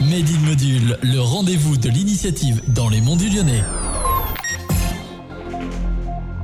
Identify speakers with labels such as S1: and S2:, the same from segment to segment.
S1: Made in Module, le rendez-vous de l'initiative dans les monts du Lyonnais.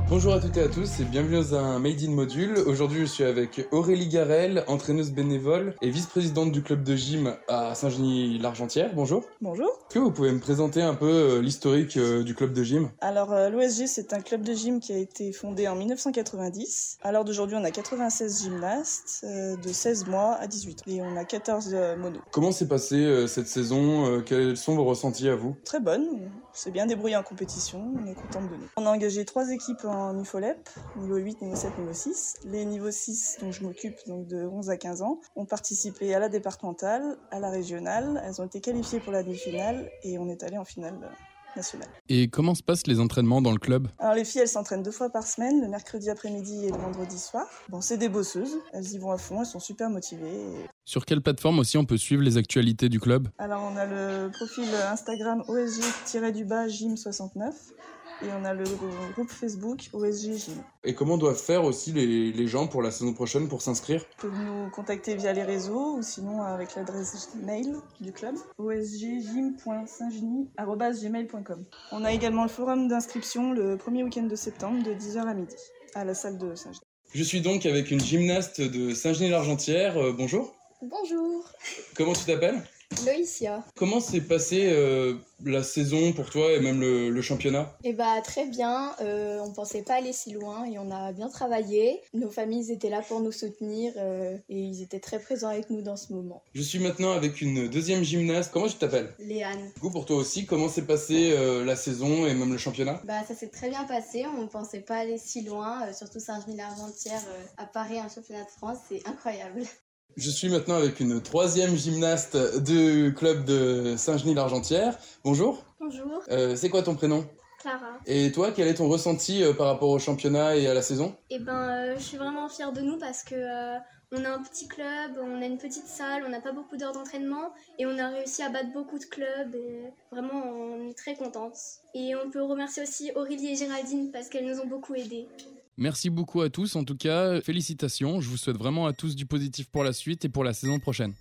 S2: Bonjour à toutes et à tous et bienvenue dans un Made in Module. Aujourd'hui, je suis avec Aurélie Garel, entraîneuse bénévole et vice-présidente du club de gym à Saint-Genis-l'Argentière. Bonjour.
S3: Bonjour.
S2: Est-ce que vous pouvez me présenter un peu euh, l'historique euh, du club de gym
S3: Alors euh, l'OSG c'est un club de gym qui a été fondé en 1990. À l'heure d'aujourd'hui on a 96 gymnastes euh, de 16 mois à 18 ans et on a 14 euh, monos.
S2: Comment s'est passée euh, cette saison Euh, Quels sont vos ressentis à vous
S3: Très bonne, on s'est bien débrouillé en compétition, on est contente de nous. On a engagé trois équipes en IFOLEP, niveau 8, niveau 7, niveau 6. Les niveaux 6 dont je m'occupe, donc de 11 à 15 ans, ont participé à la départementale, à la régionale, elles ont été qualifiées pour la demi-finale et on est allé en finale euh, nationale.
S4: Et comment se passent les entraînements dans le club
S3: Alors les filles, elles s'entraînent deux fois par semaine, le mercredi après-midi et le vendredi soir. Bon, c'est des bosseuses, elles y vont à fond, elles sont super motivées. et-
S4: Sur quelle plateforme aussi on peut suivre les actualités du club
S3: Alors on a le profil Instagram OSG-du-bas Gym69 et on a le gr- groupe Facebook OSG Gym.
S2: Et comment doivent faire aussi les, les gens pour la saison prochaine pour s'inscrire
S3: Vous pouvez nous contacter via les réseaux ou sinon avec l'adresse mail du club osggym.saint-genis@gmail.com. On a également le forum d'inscription le premier week-end de septembre de 10h à midi à la salle de Saint-Genis.
S2: Je suis donc avec une gymnaste de Saint-Genis-l'Argentière. Euh, bonjour.
S5: Bonjour,
S2: Comment tu t'appelles
S5: Loïcia.
S2: Comment s'est passée euh, la saison pour toi et même le- le championnat
S5: Eh bah très bien, euh, on pensait pas aller si loin et on a bien travaillé. Nos familles étaient là pour nous soutenir euh, et ils étaient très présents avec nous dans ce moment.
S2: Je suis maintenant avec une deuxième gymnaste. Comment tu t'appelles
S6: Léane.
S2: Du coup, pour toi aussi, comment s'est passée euh, la saison et même le championnat
S6: Bah, ça s'est très bien passé, on ne pensait pas aller si loin, euh, surtout Saint-Genis-l'Argentière euh, à Paris, un championnat de France, c'est incroyable.
S2: Je suis maintenant avec une troisième gymnaste du club de Saint-Genis-l'Argentière. Bonjour,
S7: Bonjour,
S2: Euh, c'est quoi ton prénom
S7: Clara.
S2: Et toi, quel est ton ressenti euh, par rapport au championnat et à la saison
S7: Eh ben, euh, je suis vraiment fière de nous parce que euh, on a un petit club, on a une petite salle, on n'a pas beaucoup d'heures d'entraînement et on a réussi à battre beaucoup de clubs. Et vraiment, on est très contente. Et on peut remercier aussi Aurélie et Géraldine parce qu'elles nous ont beaucoup aidés.
S4: Merci beaucoup à tous, en tout cas, félicitations, je vous souhaite vraiment à tous du positif pour la suite et pour la saison prochaine.